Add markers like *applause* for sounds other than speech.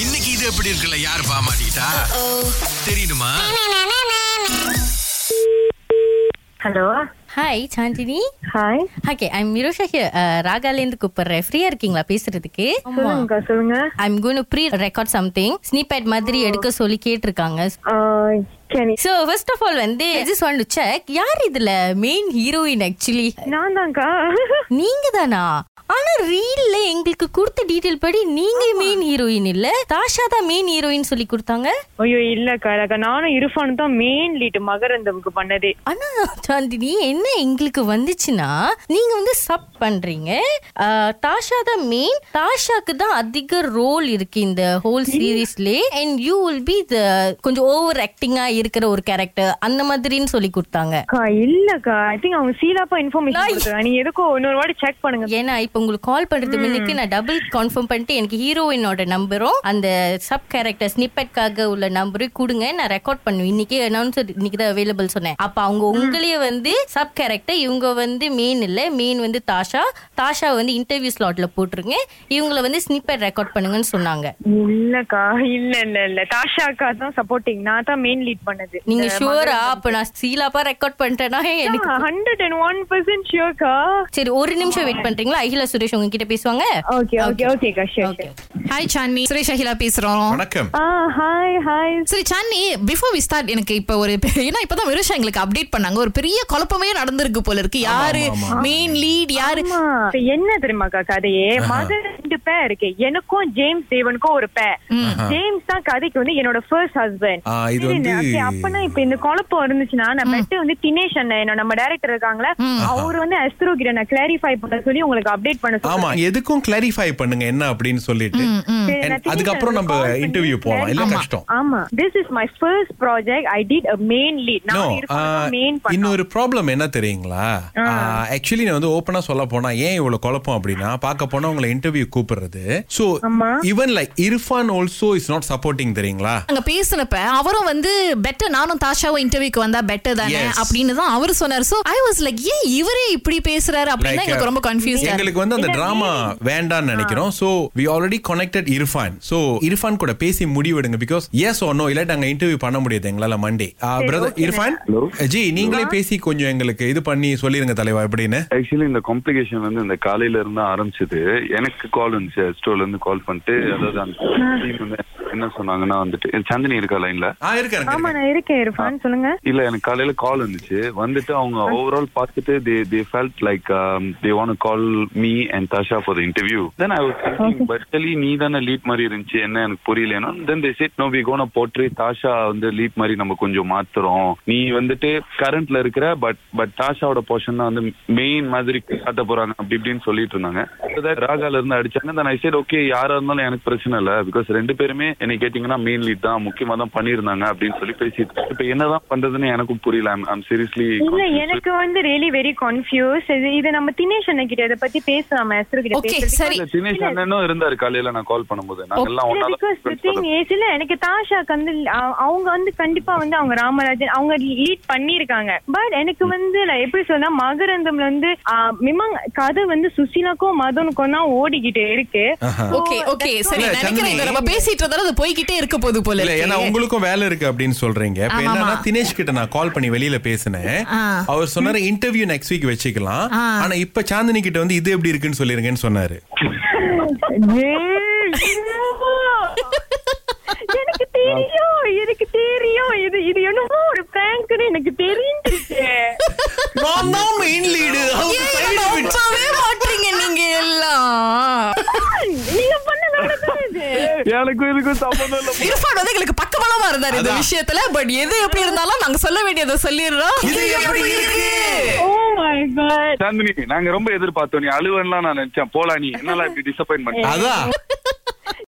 இன்னைக்கு இது எப்படி இருக்குல்ல யார் பாமாட்டா தெரியுமா hello hi Chandni hi okay I'm Mirosha here ராகாலேந்து கூப்பிடுறேன் ஃப்ரீயா இருக்கீங்களா பேசுறதுக்கு சொல்லுங்கக்கா சொல்லுங்க I'm gonna pre record something snippet மாதிரி எடுக்க சொல்லி கேட்டிருக்காங்க கேனி சோ ஃபர்ஸ்ட் ஆஃப் ஆல் வந்து ஜஸ்ட் வாண்ட் டு செக் யார் இதுல மெயின் ஹீரோயின் ஆக்சுவலி நான் தான்க்கா நீங்க தானா ஆனா ரீல்ல எங்களுக்கு கொடுத்த டீடைல் படி நீங்க மெயின் ஹீரோயின் இல்ல தாஷா தான் மெயின் ஹீரோயின் சொல்லி கொடுத்தாங்க ஐயோ இல்லக்கா இல்லக்கா நானும் இரஃபானும் தான் மெயின் லீட் மகரந்தமுக்கு பண்ணதே ஆனா சாந்தினி என்ன எங்களுக்கு வந்துச்சுன்னா நீங்க வந்து சப் பண்றீங்க அஹ், தாஷா தான் மெயின் தாஷாக்கு தான் அதிக ரோல் இருக்கு இந்த ஹோல் சீரீஸ்லே and you will be the கொஞ்சம் ஓவர் ஆக்டிங்கா இருக்கிற ஒரு கேரக்டர் அந்த மாதிரின்னு சொல்லி கொடுத்தாங்க அக்கா இல்லக்கா ஐ திங்க் அவங்க சீலாப்பா இன்ஃபர்மேஷன் கொடுத்துருக்காங்க நீங்க எதுக்கோ இன்னொரு வாட்டி செக் பண்ணுங்க ஏன்னா இப்ப உங்களுக்கு கால் பண்றது முன்னுக்கு நான் டபுள் கன்ஃபார்ம் பண்ணிட்டு எனக்கு ஹீரோயினோட நம்பரும் அந்த சப் கேரக்டர் ஸ்னிப்பட்காக உள்ள நம்பரும் கொடுங்க நான் ரெக்கார்ட் பண்ணுவேன் இன்னைக்கு அனௌன்சர் இன்னைக்கு தான் அவைலபிள் சொன்னேன் அப்ப அவங்க உங்களையே வந்து சப் கேரக்டர் இவங்க வந்து மெயின் இல்ல மெயின் வந்து தாஷா தாஷா வந்து இன்டர்வியூ ஸ்லாட்ல போட்டுருங்க இவங்கள வந்து ஸ்னிப்பட் ரெக்கார்ட் பண்ணுங்கன்னு சொன்னாங்க இல்லக்கா இல்ல இல்ல இல்ல தாஷா அக்கா தான் சப்போர்ட்டிங் நான் தான் மெயின் லீட் பண்ணது நீங்க ஷுவரா அப்ப நான் சீலாப்பா ரெக்கார்ட் பண்ணிட்டேன்னா எனக்கு ஹண்ட்ரட் அண்ட் ஒன் பர்சன்ட் ஷியோர்க்கா சரி ஒரு நிமிஷம் வெயிட் பண்றீங்களா அகிலா சுரேஷ் உங்ககிட்ட பேசுவாங்க ஓகே ஓகே ஓகேக்கா sure okay hi Shanthi Suresh Akila பேசுறோம் வணக்கம் ஆ ஹாய் ஹாய் சரி சாந்தி பிஃபோர் வி ஸ்டார்ட் எனக்கு இப்ப ஒரு பெ- ஏன்னா இப்பதான் விருஷா எங்களுக்கு அப்டேட் பண்ணாங்க ஒரு பெரிய குழப்பமே நடந்திருக்கு போல இருக்கு யாரு மெயின் லீட் யாரு ஆமா. இப்ப என்ன தெரியுமாக்கா கதையே மதர் ரெண்டு பேர் இருக்கு எனக்கும் ஜேம்ஸ் தேவனுக்கும் ஒரு பேர் ஜேம்ஸ் தான் கதைக்கு வந்து என்னோட ஃபர்ஸ்ட் ஹஸ்பண்ட் ஆ, இது வந்து- அப்பனா இப்ப இந்த குழப்பம் இருந்துச்சுன்னா நான் பெட்டு வந்து தினேஷ் அண்ணன் என்னோட நம்ம டைரக்டர் இருக்காங்களா அவர் வந்து அஸ்த்ரோ கிட்ட நான் கிளாரிஃபை பண்ண சொல்லி உங்களுக்கு அப்டேட் பண்ண ஆமா சொல்றேன் எதுக்கும் கிளாரிஃபை பண்ணுங்க என்ன அப்படின்னு சொல்லிட்டு சரி, நான் And தினேஷ் அதுக்கப்புறம் அண்ணனுக்கு call நம்ம பண்ணி இன்டர்வியூ போலாம் இல்ல clarify- கஷ்டம் ஆமா this is my first project I did a main lead No, நான் ஆ, மெயின் பண்ணேன் இன்னொரு ப்ராப்ளம் என்ன தெரியுங்களா ஆக்சுவலி நான் வந்து ஓப்பனா சொல்ல போனா ஏன் இவ்வளவு குழப்பம் அப்படின்னா பார்க்க போனா உங்களை இன்டர்வியூ கூப்பிடுறது சோ ஆமா. Even like Irfan also is not supporting தெரியுங்களா அங்க பேசினப்ப அவரும் வந்து பெட்டர் நானும் தாஷாவும் இன்டர்வியூக்கு வந்தா பெட்டர் தானே Yes. அப்படின்னு தான் அவரு சொன்னாரு சோ ஐ வாஸ் லைக் ஏன் இவரே இப்படி பேசுறாரு Like, அப்படின்னு எங்களுக்கு ரொம்ப கன்ஃபியூஸ் எங்களுக்கு வந்து அந்த டிராமா வேண்டாம்னு நினைக்கிறோம் so we already connected Irfan so Irfan கூட பேசி முடிவெடுங்க பிகாஸ் எஸ் ஓ நோ இல்லாட்டி நாங்க இன்டர்வியூ பண்ண முடியாது எங்களால மண்டே பிரதர் இர்ஃபான் ஜி நீங்களே பேசி கொஞ்சம் எங்களுக்கு இது பண்ணி சொல்லிருங்க தலைவா எப்படின்னு ஆக்சுவலி இந்த காம்ப்ளிகேஷன் வந்து இந்த காலையில இருந்து ஆரம்பிச்சது எனக்கு கால் வந்துச்சு எஸ்டோல இருந்து கால் பண்ணிட்டு அதாவது அந்த team வந்து என்ன சொன்னாங்கன்னா வந்துட்டு இது சந்தினி இருக்கா லைன்ல ஆ இருக்காருங்க ஆமா நான் இருக்கேன் இருப்பான் சொல்லுங்க இல்ல எனக்கு காலையில கால் வந்துச்சு வந்துட்டு அவங்க ஓவரால் பார்த்துட்டு they they felt like they want call me and தாஷா for interview then I was thinking பர்சலி நீ தானே லீட் மாதிரி இருந்துச்சு என்ன எனக்கு புரியலனா then they said no we gonna போட்ரி தாஷா வந்து லீட் மாதிரி நம்ம கொஞ்சம் மாத்துறோம் நீ வந்துட்டு கரண்ட்ல இருக்கிற பட் பட் தாஷாவோட போர்ஷன் தான் வந்து மெயின் மாதிரி காட்ட போறாங்க அப்படி இப்படின்னு சொல்லிட்டு இருந்தாங்க அதான் ராகால இருந்து அடிச்சாங்க தென் ஐ சைட் ஓகே யாரா இருந்தாலும் எனக்கு பிரச்சனை இல்ல பிகாஸ் ரெண்டு பேருமே என்னை கேட்டீங்கன்னா மெயின் லீட் தான் முக்கியமா தான் பண்ணியிருந்தாங்க அப்படின்னு சொல்லி பேசிட்டு இப்ப என்னதான் பண்றதுன்னு எனக்கும் புரியல ஐம் சீரியஸ்லி இல்ல எனக்கு வந்து ரியலி வெரி கன்ஃபியூஸ் இது இது நம்ம தினேஷ் அண்ணன் கிட்ட இத பத்தி பேசலாமா எஸ்ரு கிட்ட ஓகே பேசுறதுக்கு? சரி தினேஷ் அண்ணனும் இருந்தாரு காலையில நான் கால் பண்ணும்போது நாங்க எல்லாம் இல்ல, because the thing ஒன்னால is, இல்ல, எனக்கு தாஷாக்கு வந்து அ- அவங்க வந்து கண்டிப்பா வந்து அவங்க ராமராஜன் அவங்க லீட் பண்ணிருக்காங்க பட் எனக்கு வந்து like, எப்படி சொன்னா மகரந்தம்ல வந்து ஆ, மிமங் கதை வந்து சுசிலாக்கும் மதனுக்கும் தான் ஓடிக்கிட்டே இருக்கு So, ஓகே ஓகே சரி இல்ல, நினைக்கிறேன் சந்தினி. இதை நம்ம பேசிட்டு இருந்தாலும் அது போய்கிட்டே இருக்க போது போல இல்ல ஏன்னா இருக்கு. உங்களுக்கும் வேலை இருக்கு அப்படின்னு சொல்றீங்க இப்ப ஆமா, என்னன்னா ஆமா. தினேஷ் கிட்ட நான் கால் பண்ணி வெளியில பேசினேன் ஆ. அவர் சொன்னாரு இன்டர்வியூ நெக்ஸ்ட் வீக் வச்சுக்கலாம் ஆ. ஆனா இப்ப சாந்தினி கிட்ட வந்து இது எப்படி இருக்குன்னு சொல்லிருங்கன்னு *laughs* சொன்னாரு *laughs* ஏய், என்னவோ? எனக்கு தெரியும் எனக்கு தெரியும் இது இது என்னமோ ஒரு பிராங்க்னு எனக்கு தெரிஞ்சிருக்கு *laughs* நான் தான் மெயின் லீடு ஏன் நம்ம ஒப்பவே மாட்டீங்க நீங்க எல்லாம் நீங்க பண்ண நல்லதான் இது எனக்கும் இதுக்கும் சம்பந்தம் இல்ல இரஃபான் வந்து எங்களுக்கு பக்கபலமா இருந்தாரு இந்த அதான். விஷயத்துல பட் எது எப்படி இருந்தாலும் நாங்க சொல்ல வேண்டியதை சொல்லிடுறோம் இது எப்படி இருக்கு Oh my god. சாந்தினி நாங்க ரொம்ப எதிர்பார்த்தோம் நீ அழுவன்லாம் நான் நினைச்சேன் போலாம் நீ என்னலாம் இப்படி டிசப்பாயின் பண்ண அதான்